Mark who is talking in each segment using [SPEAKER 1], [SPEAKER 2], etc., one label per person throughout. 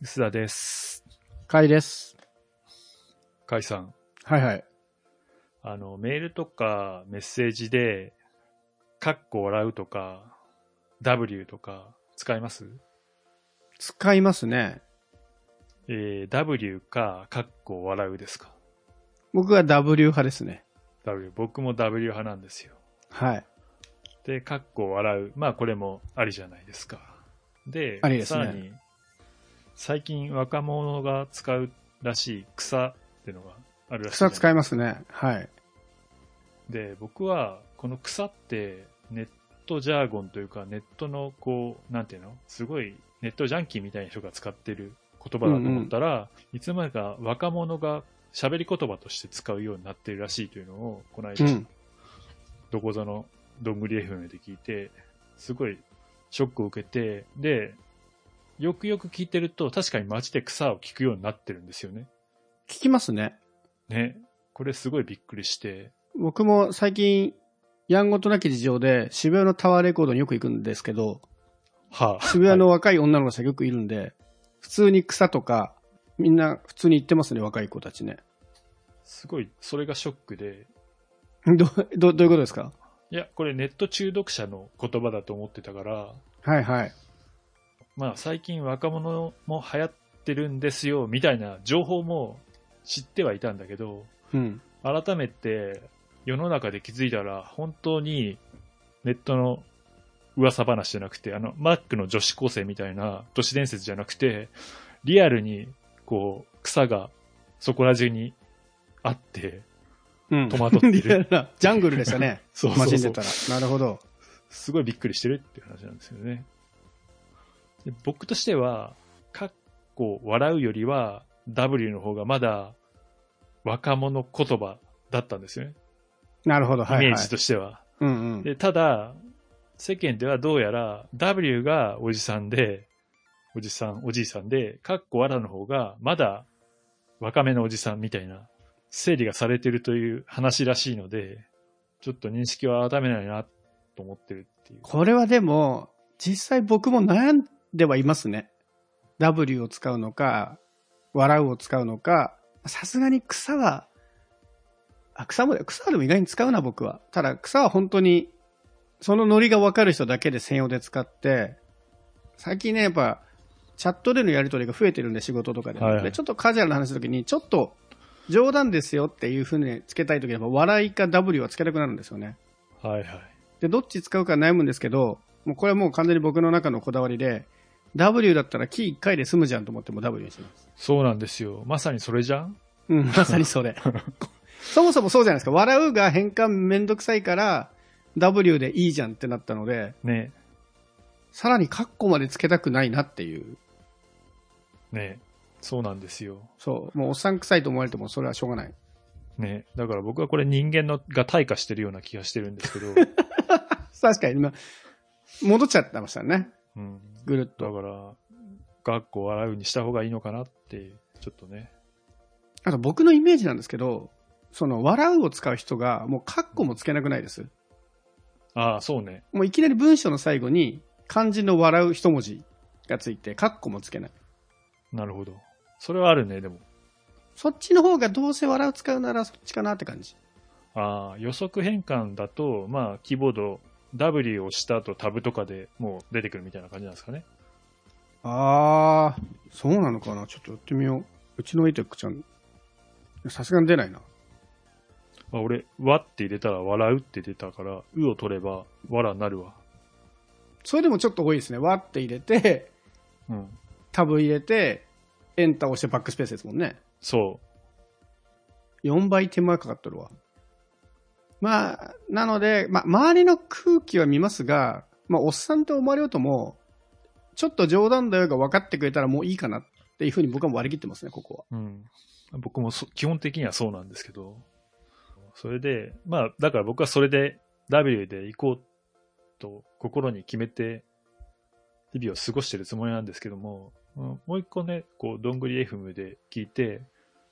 [SPEAKER 1] 薄田です。
[SPEAKER 2] かいです。
[SPEAKER 1] 甲斐さん、
[SPEAKER 2] はいはい。
[SPEAKER 1] あの、メールとかメッセージで、かっこ笑うとか、W とか使います
[SPEAKER 2] 使いますね。
[SPEAKER 1] えー W か、かっこ笑うですか。
[SPEAKER 2] 僕は W 派ですね。
[SPEAKER 1] W、僕も W 派なんですよ。
[SPEAKER 2] はい。
[SPEAKER 1] で、かっこ笑う。まあ、これもありじゃないですか。で、
[SPEAKER 2] ありです
[SPEAKER 1] さ
[SPEAKER 2] ね
[SPEAKER 1] らに、最近若者が使うらしい草ってのがあるらしいじゃ
[SPEAKER 2] 草
[SPEAKER 1] ない
[SPEAKER 2] 使いますね。はい。
[SPEAKER 1] で僕はこの草ってネットジャーゴンというかネットのこうなんていうのすごいネットジャンキーみたいな人が使ってる言葉だと思ったら、いつの間にか若者が喋り言葉として使うようになってるらしいというのをこの
[SPEAKER 2] う
[SPEAKER 1] 間、
[SPEAKER 2] ん。
[SPEAKER 1] どこぞのどんぐり FM で聞いてすごいショックを受けてでよくよく聞いてると確かに街で草を聞くようになってるんですよね。
[SPEAKER 2] 聞きますね。
[SPEAKER 1] ねこれすごいびっくりして
[SPEAKER 2] 僕も最近、やんごとなき事情で渋谷のタワーレコードによく行くんですけど、
[SPEAKER 1] はあ、
[SPEAKER 2] 渋谷の若い女の子たちがよくいるんで、普通に草とか、みんな普通に行ってますね、若い子たちね。
[SPEAKER 1] すごいそれがショックで
[SPEAKER 2] ど、ど、どういうことですか
[SPEAKER 1] いや、これネット中毒者の言葉だと思ってたから、
[SPEAKER 2] はいはい。
[SPEAKER 1] まあ最近若者も流行ってるんですよ、みたいな情報も知ってはいたんだけど、
[SPEAKER 2] うん。
[SPEAKER 1] 改めて世の中で気づいたら、本当にネットの噂話じゃなくて、あの、マックの女子高生みたいな都市伝説じゃなくて、リアルに、こう、草がそこら中にあって、
[SPEAKER 2] うん。
[SPEAKER 1] 戸惑って
[SPEAKER 2] リア
[SPEAKER 1] る。
[SPEAKER 2] ルなジャングルでしたね。
[SPEAKER 1] そうそ
[SPEAKER 2] マ
[SPEAKER 1] う
[SPEAKER 2] ジ
[SPEAKER 1] そ
[SPEAKER 2] で
[SPEAKER 1] う
[SPEAKER 2] たら。なるほど。
[SPEAKER 1] すごいびっくりしてるっていう話なんですよね。で僕としては、かっこ笑うよりは W の方がまだ若者言葉だったんですよね。
[SPEAKER 2] なるほど。
[SPEAKER 1] イ
[SPEAKER 2] はい
[SPEAKER 1] メー
[SPEAKER 2] はい
[SPEAKER 1] ジ。としては。
[SPEAKER 2] うんうん。
[SPEAKER 1] でただ、世間ではどうやら W がおじさんで、おじさん、おじいさんで、かっこ笑うの方がまだ若めのおじさんみたいな整理がされてるという話らしいので、ちょっと認識は改めないなと思ってるっていう。
[SPEAKER 2] これはでも、実際僕も悩んではいますね。W を使うのか、笑うを使うのか、さすがに草は、あ、草も、草でも意外に使うな、僕は。ただ、草は本当に、そのノリがわかる人だけで専用で使って、最近ね、やっぱ、チャットでのやり取りが増えてるんで、仕事とかで。
[SPEAKER 1] はいはい
[SPEAKER 2] でちょっとカジュアルな話の時に、ちょっと、冗談ですよっていうふうにつけたい時には、笑いか W はつけたくなるんですよね。
[SPEAKER 1] はいはい。
[SPEAKER 2] で、どっち使うか悩むんですけど、もうこれはもう完全に僕の中のこだわりで、W だったらキー1回で済むじゃんと思ってもう W にします。
[SPEAKER 1] そうなんですよ。まさにそれじゃん
[SPEAKER 2] うん、まさにそれ。そもそもそうじゃないですか。笑うが変換めんどくさいから、W でいいじゃんってなったので、
[SPEAKER 1] ね
[SPEAKER 2] さらにカッコまでつけたくないなっていう。
[SPEAKER 1] ねそうなんですよ。
[SPEAKER 2] そう。もうおっさん臭いと思われてもそれはしょうがない。
[SPEAKER 1] ねだから僕はこれ人間のが退化してるような気がしてるんですけ ど、
[SPEAKER 2] 確かに今、戻っちゃってましたね。
[SPEAKER 1] うん、
[SPEAKER 2] ぐるっ
[SPEAKER 1] だ
[SPEAKER 2] と。
[SPEAKER 1] から、学校笑うにした方がいいのかなって、ちょっとね。
[SPEAKER 2] あと僕のイメージなんですけど、その笑うを使う人がもうカッコもつけなくないです。
[SPEAKER 1] ああ、そうね。
[SPEAKER 2] もういきなり文章の最後に漢字の笑う一文字がついて、カッコもつけない。
[SPEAKER 1] なるほど。それはあるね、でも。
[SPEAKER 2] そっちの方がどうせ笑う使うならそっちかなって感じ。
[SPEAKER 1] ああ、予測変換だと、まあ、キーボード W を押した後タブとかでもう出てくるみたいな感じなんですかね。
[SPEAKER 2] あー、そうなのかなちょっとやってみよう。うちのイテックちゃん、さすがに出ないな。
[SPEAKER 1] あ俺、わって入れたら笑うって出たから、うを取れば、わらになるわ。
[SPEAKER 2] それでもちょっと多いですね。わって入れて、
[SPEAKER 1] うん。
[SPEAKER 2] タブ入れて、エンター押してバックスペースですもんね。
[SPEAKER 1] そう。
[SPEAKER 2] 4倍手間かかっとるわ。まあ、なので、まあ、周りの空気は見ますが、まあ、おっさんと思われようとも、ちょっと冗談だよが分かってくれたらもういいかなっていうふうに僕は割り切ってますね、ここは。
[SPEAKER 1] うん、僕もそ基本的にはそうなんですけど、それで、まあ、だから僕はそれで W で行こうと心に決めて、日々を過ごしてるつもりなんですけども、うんもう一個ね、こう、どんぐり FM で聞いて、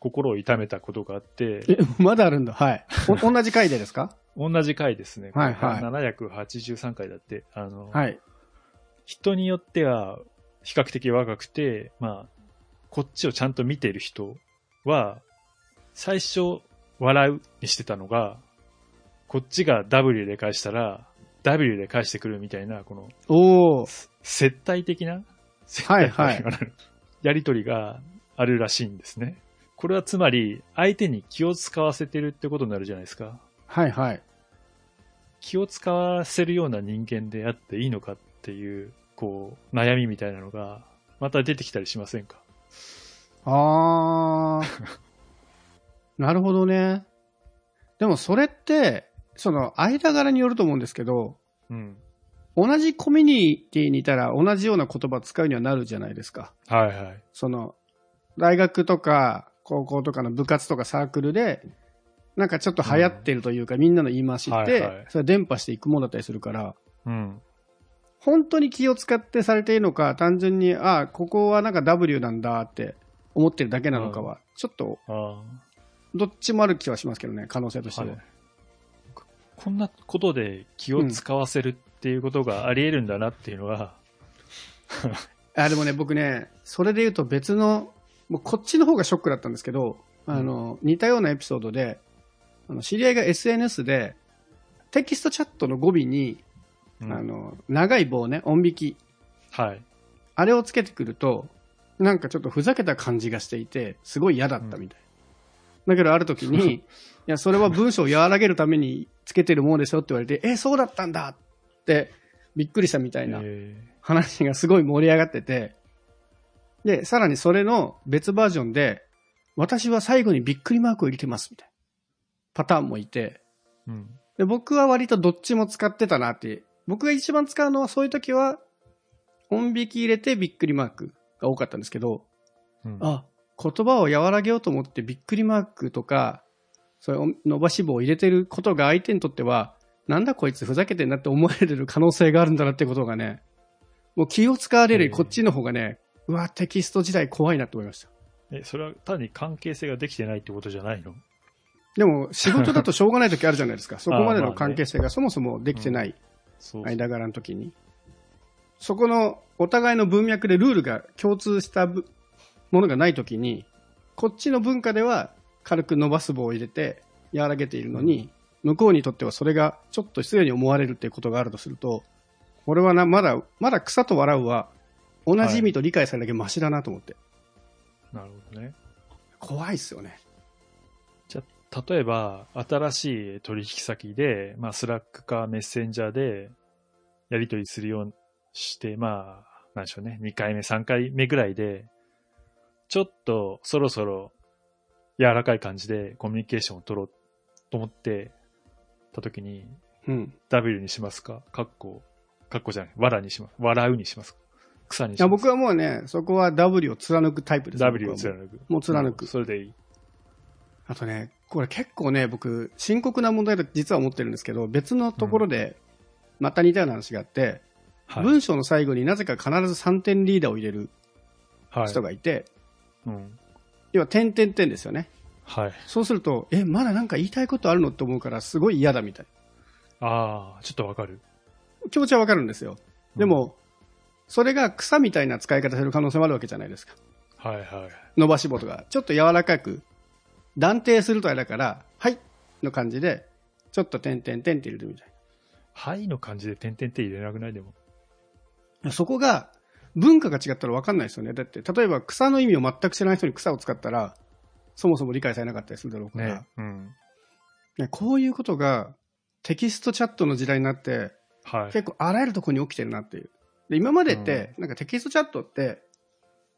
[SPEAKER 1] 心を痛めたことがあって、
[SPEAKER 2] え、 まだあるんだ。はい。お同じ回でですか
[SPEAKER 1] 同じ回ですね。
[SPEAKER 2] はいはい
[SPEAKER 1] 783回だって、あの、
[SPEAKER 2] はい。
[SPEAKER 1] 人によっては比較的若くて、まあ、こっちをちゃんと見てる人は、最初、笑うにしてたのが、こっちが W で返したら、W で返してくるみたいな、この、
[SPEAKER 2] おー
[SPEAKER 1] 接待的な、接
[SPEAKER 2] はい
[SPEAKER 1] 待
[SPEAKER 2] はい
[SPEAKER 1] 的なやりとりがあるらしいんですね。これはつまり、相手に気を使わせてるってことになるじゃないですか。
[SPEAKER 2] はいはい。
[SPEAKER 1] 気を使わせるような人間であっていいのかっていう、こう、悩みみたいなのが、また出てきたりしませんか
[SPEAKER 2] あー。 なるほどね。でもそれって、その間柄によると思うんですけど、
[SPEAKER 1] うん。
[SPEAKER 2] 同じコミュニティにいたら同じような言葉使うにはなるじゃないですか。
[SPEAKER 1] はいはい。
[SPEAKER 2] その、大学とか高校とかの部活とかサークルで、なんかちょっと流行ってるというか、みんなの言い回しっ
[SPEAKER 1] はいは
[SPEAKER 2] て
[SPEAKER 1] い、
[SPEAKER 2] それは伝播していくものだったりするから、
[SPEAKER 1] うん。
[SPEAKER 2] 本当に気を使ってされているのか、単純に、ああ、ここはなんか W なんだって思ってるだけなのかは、ちょっと
[SPEAKER 1] ああ。
[SPEAKER 2] どっちもある気はしますけどね、可能性としては。
[SPEAKER 1] はいここんなことで気を使わせるっていうことがあり得るんだなっていうのは、
[SPEAKER 2] あでもね、僕ね、それで言うと別の、もうこっちの方がショックだったんですけど、あの似たようなエピソードで、あの知り合いが SNS で、テキストチャットの語尾に、
[SPEAKER 1] うん
[SPEAKER 2] あの長い棒ね、音引き、
[SPEAKER 1] はい。
[SPEAKER 2] あれをつけてくると、なんかちょっとふざけた感じがしていて、すごい嫌だったみたい。だけどある時 に、いや、それは文章を和らげるためにつけてるものでしょって言われて、え、そうだったんだって、びっくりしたみたいな。
[SPEAKER 1] え
[SPEAKER 2] 話がすごい盛り上がってて、で、さらにそれの別バージョンで、私は最後にびっくりマークを入れてますみたいなパターンもいて、
[SPEAKER 1] ーうん。
[SPEAKER 2] で、僕は割とどっちも使ってたなって、僕が一番使うのはそういう時は、音引き入れてびっくりマークが多かったんですけど、
[SPEAKER 1] うん、
[SPEAKER 2] あ、言葉を和らげようと思ってびっくりマークとか、そういう伸ばし棒を入れてることが相手にとっては、なんだこいつふざけてんなって思われる可能性があるんだなってことがね、もう気を使われるより
[SPEAKER 1] うん
[SPEAKER 2] こっちの方がね、うわ、テキスト時代怖いなって思いました。
[SPEAKER 1] え、それは単に関係性ができてないってことじゃないの
[SPEAKER 2] でも仕事だとしょうがない 時あるじゃないですか。そこまでの関係性がそもそもできてない
[SPEAKER 1] そうそう。
[SPEAKER 2] 間柄の時に。そこのお互いの文脈でルールが共通したぶものがない時に、こっちの文化では軽く伸ばす棒を入れて和らげているのに、向こうにとってはそれがちょっと失礼に思われるっていうことがあるとすると、これはな、まだ、まだ草と笑うは、同じ意味と理解されるだけマシだなと思って。
[SPEAKER 1] なるほどね。
[SPEAKER 2] 怖いっすよね。
[SPEAKER 1] じゃあ、例えば、新しい取引先で、まあ、スラックかメッセンジャーで、やり取りするようにして、まあ、なんでしょうね、2回目、3回目ぐらいで、ちょっと、そろそろ、柔らかい感じでコミュニケーションを取ろうと思ってた時に、
[SPEAKER 2] うん。
[SPEAKER 1] W にしますかかっこ、かっこじゃない、わらにします。笑うにしますか草に
[SPEAKER 2] い
[SPEAKER 1] し
[SPEAKER 2] や
[SPEAKER 1] ます
[SPEAKER 2] 僕はもうね、そこは W を貫くタイプです。
[SPEAKER 1] W を
[SPEAKER 2] 僕はもう
[SPEAKER 1] 貫く。
[SPEAKER 2] もう貫く
[SPEAKER 1] んそれでいい。
[SPEAKER 2] あとね、これ結構ね、僕、深刻な問題だと実は思ってるんですけど、別のところで、また似たような話があって、
[SPEAKER 1] はい。
[SPEAKER 2] 文章の最後になぜか必ず3点リーダーを入れる
[SPEAKER 1] はい
[SPEAKER 2] 人がいて、
[SPEAKER 1] うん。
[SPEAKER 2] 要は点点点ですよね。
[SPEAKER 1] はい。
[SPEAKER 2] そうすると、え、まだなんか言いたいことあるのって思うから、すごい嫌だみたい。
[SPEAKER 1] ああ、ちょっとわかる。
[SPEAKER 2] 気持ちはわかるんですよ。
[SPEAKER 1] うん
[SPEAKER 2] でも、それが草みたいな使い方する可能性もあるわけじゃないですか。
[SPEAKER 1] はいはい。
[SPEAKER 2] 伸ばし棒とか、ちょっと柔らかく、断定するとあれだから、はいの感じで、ちょっと点点点って入れるみたい。
[SPEAKER 1] はいの感じで点々って入れなくないでも。
[SPEAKER 2] そこが文化が違ったら分かんないですよね。だって、例えば草の意味を全く知らない人に草を使ったら、そもそも理解されなかったりするだろうから、
[SPEAKER 1] ね。うん。
[SPEAKER 2] ねこういうことがテキストチャットの時代になって、
[SPEAKER 1] はい。
[SPEAKER 2] 結構あらゆるところに起きてるなっていう。で今までって、なんかテキストチャットって、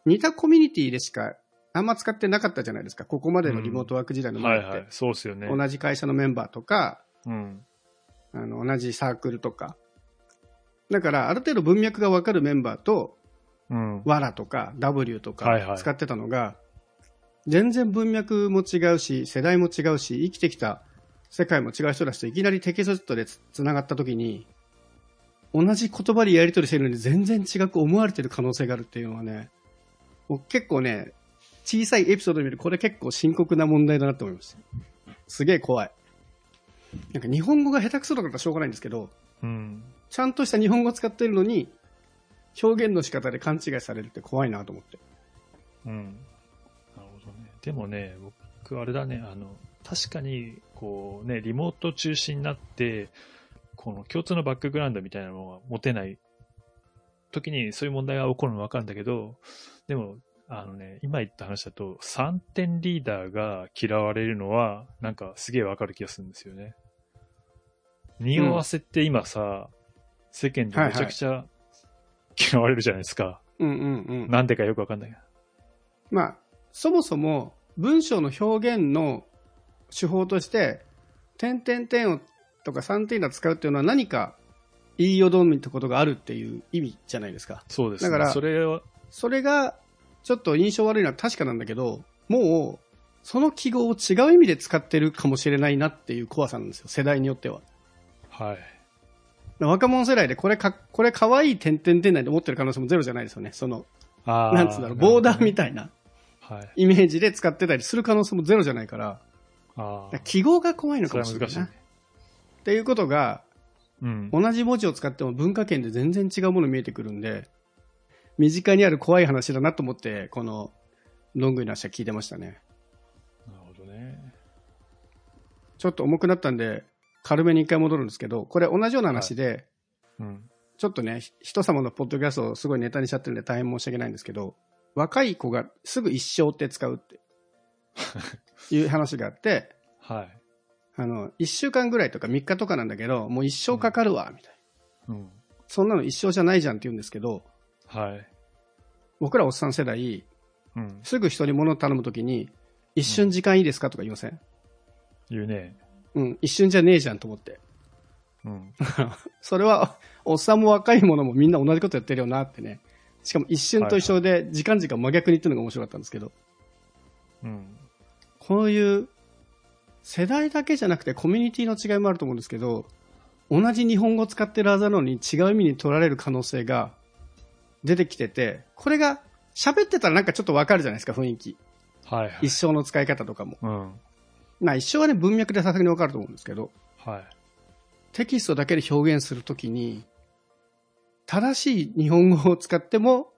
[SPEAKER 2] 似たコミュニティでしかあんま使ってなかったじゃないですか。ここまでのリモートワーク時代の
[SPEAKER 1] は
[SPEAKER 2] 前
[SPEAKER 1] い
[SPEAKER 2] って。
[SPEAKER 1] はい。そうっすよね。
[SPEAKER 2] 同じ会社のメンバーとか、
[SPEAKER 1] うん。
[SPEAKER 2] あの同じサークルとか。だから、ある程度文脈が分かるメンバーと、
[SPEAKER 1] うん。
[SPEAKER 2] わらとか W と
[SPEAKER 1] はいは
[SPEAKER 2] か
[SPEAKER 1] い
[SPEAKER 2] 使ってたのが、全然文脈も違うし、世代も違うし、生きてきた世界も違う人たちといきなりテキストチャットでつつながった時に、同じ言葉でやり取りしてるのに全然違く思われてる可能性があるっていうのはね、僕結構ね、小さいエピソードで見るとこれ結構深刻な問題だなって思いました。すげえ怖い。なんか日本語が下手くそとかだったらしょうがないんですけど、
[SPEAKER 1] うん。
[SPEAKER 2] ちゃんとした日本語を使っているのに、表現の仕方で勘違いされるって怖いなと思って。
[SPEAKER 1] うん。なるほどね。でもね、僕、あれだね、あの、確かに、こうね、リモート中心になって、この共通のバックグラウンドみたいなものが持てない時にそういう問題が起こるのはわかるんだけど、でも、あのね、今言った話だと、3点リーダーが嫌われるのは、なんかすげえわかる気がするんですよね。匂わせって今さ、世間でめちゃくちゃ嫌われるじゃないですか。
[SPEAKER 2] うんうんうん。
[SPEAKER 1] なんでかよくわかんないけど。
[SPEAKER 2] まあ、そもそも文章の表現の手法として、点点点をとか3点が使うっていうのは何か言いよどみってことがあるっていう意味じゃないですか。
[SPEAKER 1] そうですね。
[SPEAKER 2] だから
[SPEAKER 1] それは、
[SPEAKER 2] それがちょっと印象悪いのは確かなんだけど、もうその記号を違う意味で使ってるかもしれないなっていう怖さなんですよ、世代によっては。
[SPEAKER 1] はい。
[SPEAKER 2] 若者世代でこれか、これ可愛い点点点なんて思ってる可能性もゼロじゃないですよね。その、
[SPEAKER 1] あ
[SPEAKER 2] なんつうんだろう、ボーダーみ
[SPEAKER 1] い。
[SPEAKER 2] たいな
[SPEAKER 1] はい。
[SPEAKER 2] イメージで使ってたりする可能性もゼロじゃないから。
[SPEAKER 1] あ
[SPEAKER 2] だから
[SPEAKER 1] あ。
[SPEAKER 2] 記号が怖いの
[SPEAKER 1] そ
[SPEAKER 2] か
[SPEAKER 1] れ
[SPEAKER 2] も
[SPEAKER 1] は
[SPEAKER 2] しれな
[SPEAKER 1] 難
[SPEAKER 2] い
[SPEAKER 1] しいね
[SPEAKER 2] な。っていうことが、
[SPEAKER 1] うん。
[SPEAKER 2] 同じ文字を使っても文化圏で全然違うもの見えてくるんで、身近にある怖い話だなと思って、この、ロングな話は聞いてましたね。
[SPEAKER 1] なるほどね。
[SPEAKER 2] ちょっと重くなったんで、軽めに一回戻るんですけど、これ同じような話で、
[SPEAKER 1] うん。
[SPEAKER 2] ちょっとね、ひ人様のポッドキャストをすごいネタにしちゃってるんで大変申し訳ないんですけど、若い子がすぐ一生って使うっていう話があって、
[SPEAKER 1] はい。
[SPEAKER 2] あの、一週間ぐらいとか3日とかなんだけど、もう一生かかるわ、みたいな。
[SPEAKER 1] うん。
[SPEAKER 2] そんなの一生じゃないじゃんって言うんですけど、
[SPEAKER 1] はい。
[SPEAKER 2] 僕らおっさん世代、
[SPEAKER 1] うん。
[SPEAKER 2] すぐ人に物を頼むときに、一瞬時間いいですかとか言いません
[SPEAKER 1] 言うね。
[SPEAKER 2] うん、一瞬じゃねえじゃんと思って。
[SPEAKER 1] うん。
[SPEAKER 2] それは、おっさんも若い者もみんな同じことやってるよなってね。しかも一瞬と一緒で、時間時間真逆に言ってるのが面白かったんですけど、
[SPEAKER 1] うん。
[SPEAKER 2] こういう、世代だけじゃなくてコミュニティの違いもあると思うんですけど、同じ日本語を使ってるはずなのに違う意味に取られる可能性が出てきてて、これが喋ってたらなんかちょっとわかるじゃないですか、雰囲気。
[SPEAKER 1] はいはい。
[SPEAKER 2] 一生の使い方とかも。
[SPEAKER 1] うん。
[SPEAKER 2] まあ一生はね、文脈でさすがにわかると思うんですけど、
[SPEAKER 1] はい。
[SPEAKER 2] テキストだけで表現するときに、正しい日本語を使っても、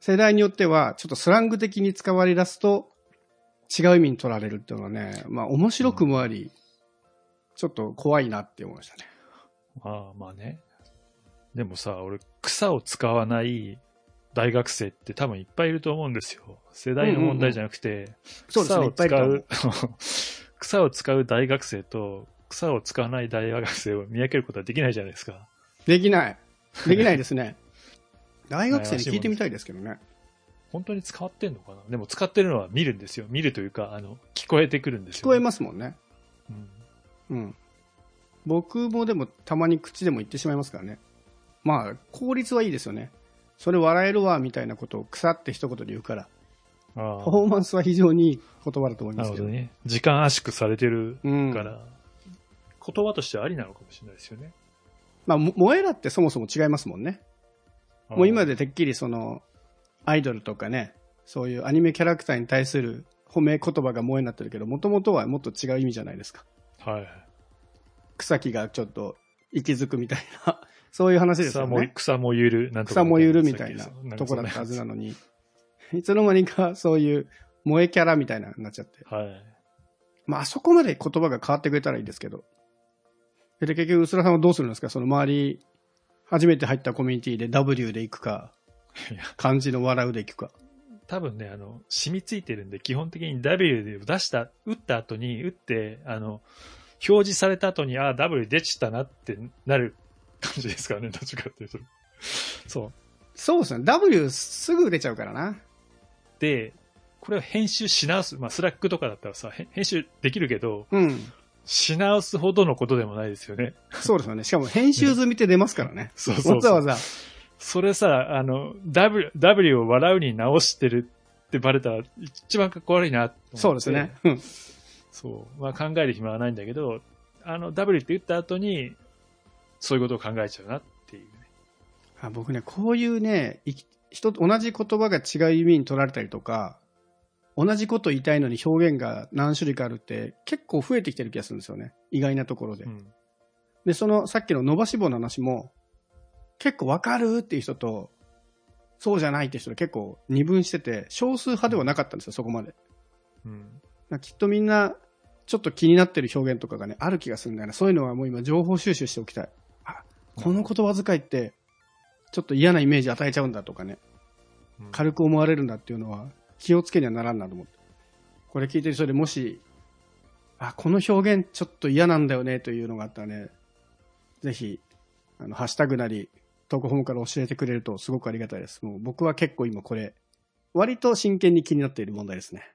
[SPEAKER 2] 世代によっては、ちょっとスラング的に使われ出すと、違う意味に取られるっていうのはね、まあ面白くもあり、ちょっと怖いなって思いましたね。
[SPEAKER 1] ああ、まあね。でもさ、俺、草を使わない大学生って多分いっぱいいると思うんですよ。世代の問題じゃなくて、
[SPEAKER 2] そうです
[SPEAKER 1] 草
[SPEAKER 2] ね、い
[SPEAKER 1] を
[SPEAKER 2] っぱいいる
[SPEAKER 1] 使
[SPEAKER 2] と
[SPEAKER 1] う、
[SPEAKER 2] 思
[SPEAKER 1] 草を使う大学生と、草を使わない大学生を見分けることはできないじゃないですか。
[SPEAKER 2] できない。できないで すね。大学生に聞いてみたいですけどね。
[SPEAKER 1] 本当に使ってんのかなでも使ってるのは見るんですよ。見るというか、あの、聞こえてくるんです
[SPEAKER 2] 聞
[SPEAKER 1] よ
[SPEAKER 2] こえ
[SPEAKER 1] ね、
[SPEAKER 2] ますもんね。
[SPEAKER 1] うん
[SPEAKER 2] うん。僕もでもたまに口でも言ってしまいますからね。まあ、効率はいいですよね。それ笑えるわ、みたいなことを腐って一言で言うから、
[SPEAKER 1] あ
[SPEAKER 2] パ
[SPEAKER 1] あ
[SPEAKER 2] フォーマンスは非常にいい言葉だと思い
[SPEAKER 1] なる
[SPEAKER 2] ます
[SPEAKER 1] ほ
[SPEAKER 2] け
[SPEAKER 1] ど
[SPEAKER 2] ど。
[SPEAKER 1] ね。時間圧縮されてる
[SPEAKER 2] うん。
[SPEAKER 1] から、言葉としてはありなのかもしれないですよね。
[SPEAKER 2] まあ、も萌えらってそもそも違いますもんね。もう今でてっきりその、アイドルとかね、そういうアニメキャラクターに対する褒め言葉が萌えになってるけど、もともとはもっと違う意味じゃないですか。
[SPEAKER 1] ああ。はい。
[SPEAKER 2] 草木がちょっと息づくみたいな、 そういう話です
[SPEAKER 1] 草
[SPEAKER 2] よ
[SPEAKER 1] も
[SPEAKER 2] ね。
[SPEAKER 1] 草もゆる、なんとか
[SPEAKER 2] 草もゆるみたい
[SPEAKER 1] さ
[SPEAKER 2] な
[SPEAKER 1] っき
[SPEAKER 2] とこだったはずな
[SPEAKER 1] の。
[SPEAKER 2] のに、いつの間にかそういう萌えキャラみたいなのになっちゃって。
[SPEAKER 1] はい。
[SPEAKER 2] まあ、あそこまで言葉が変わってくれたらいいですけど。で、結局、薄らさんはどうするんですかその周り、初めて入ったコミュニティで W で行くか
[SPEAKER 1] いや、
[SPEAKER 2] 漢字の笑うで行くか。
[SPEAKER 1] 多分ね、あの、染みついてるんで、基本的に W で出した、打った後に、打って、あの、表示された後に、ああ、W 出ちったなってなる感じですからね、 どっちかっていうと。そう。
[SPEAKER 2] そうですね。W すぐ出ちゃうからな。
[SPEAKER 1] で、これを編集し直す。まあ、スラックとかだったらさ、へ編集できるけど、
[SPEAKER 2] うん。
[SPEAKER 1] し直すほどのことでもないですよね。
[SPEAKER 2] そうですよね。しかも編集済みって出ますからね。
[SPEAKER 1] そうそうそう
[SPEAKER 2] わざわざ。
[SPEAKER 1] それさ、あの、W、W を笑うに直してるってバレたら一番かっこ悪いなと思って
[SPEAKER 2] そうですね。。うん。
[SPEAKER 1] そう。まあ考える暇はないんだけど、あの、W って打った後に、そういうことを考えちゃうなっていうね。
[SPEAKER 2] あ僕ね、こういうね、いき人と同じ言葉が違う意味に取られたりとか、同じこと言いたいのに表現が何種類かあるって結構増えてきてる気がするんですよね。意外なところで。
[SPEAKER 1] うん。
[SPEAKER 2] で、そのさっきの伸ばし棒の話も、結構わかるっていう人と、そうじゃないって人で結構二分してて、少数派ではなかったんですよ、そこまで。
[SPEAKER 1] うん。
[SPEAKER 2] なんかきっとみんな、ちょっと気になってる表現とかがね、ある気がするんだよね。そういうのはもう今、情報収集しておきたい。あ、この言葉遣いって、ちょっと嫌なイメージ与えちゃうんだとかね、
[SPEAKER 1] うん
[SPEAKER 2] 軽く思われるんだっていうのは、気をつけにはならんなと思って。これ聞いてる人でもし、あ、この表現ちょっと嫌なんだよねというのがあったらね、ぜひ、あの、ハッシュタグなり、投稿フォームから教えてくれるとすごくありがたいです。もう僕は結構今これ、割と真剣に気になっている問題ですね。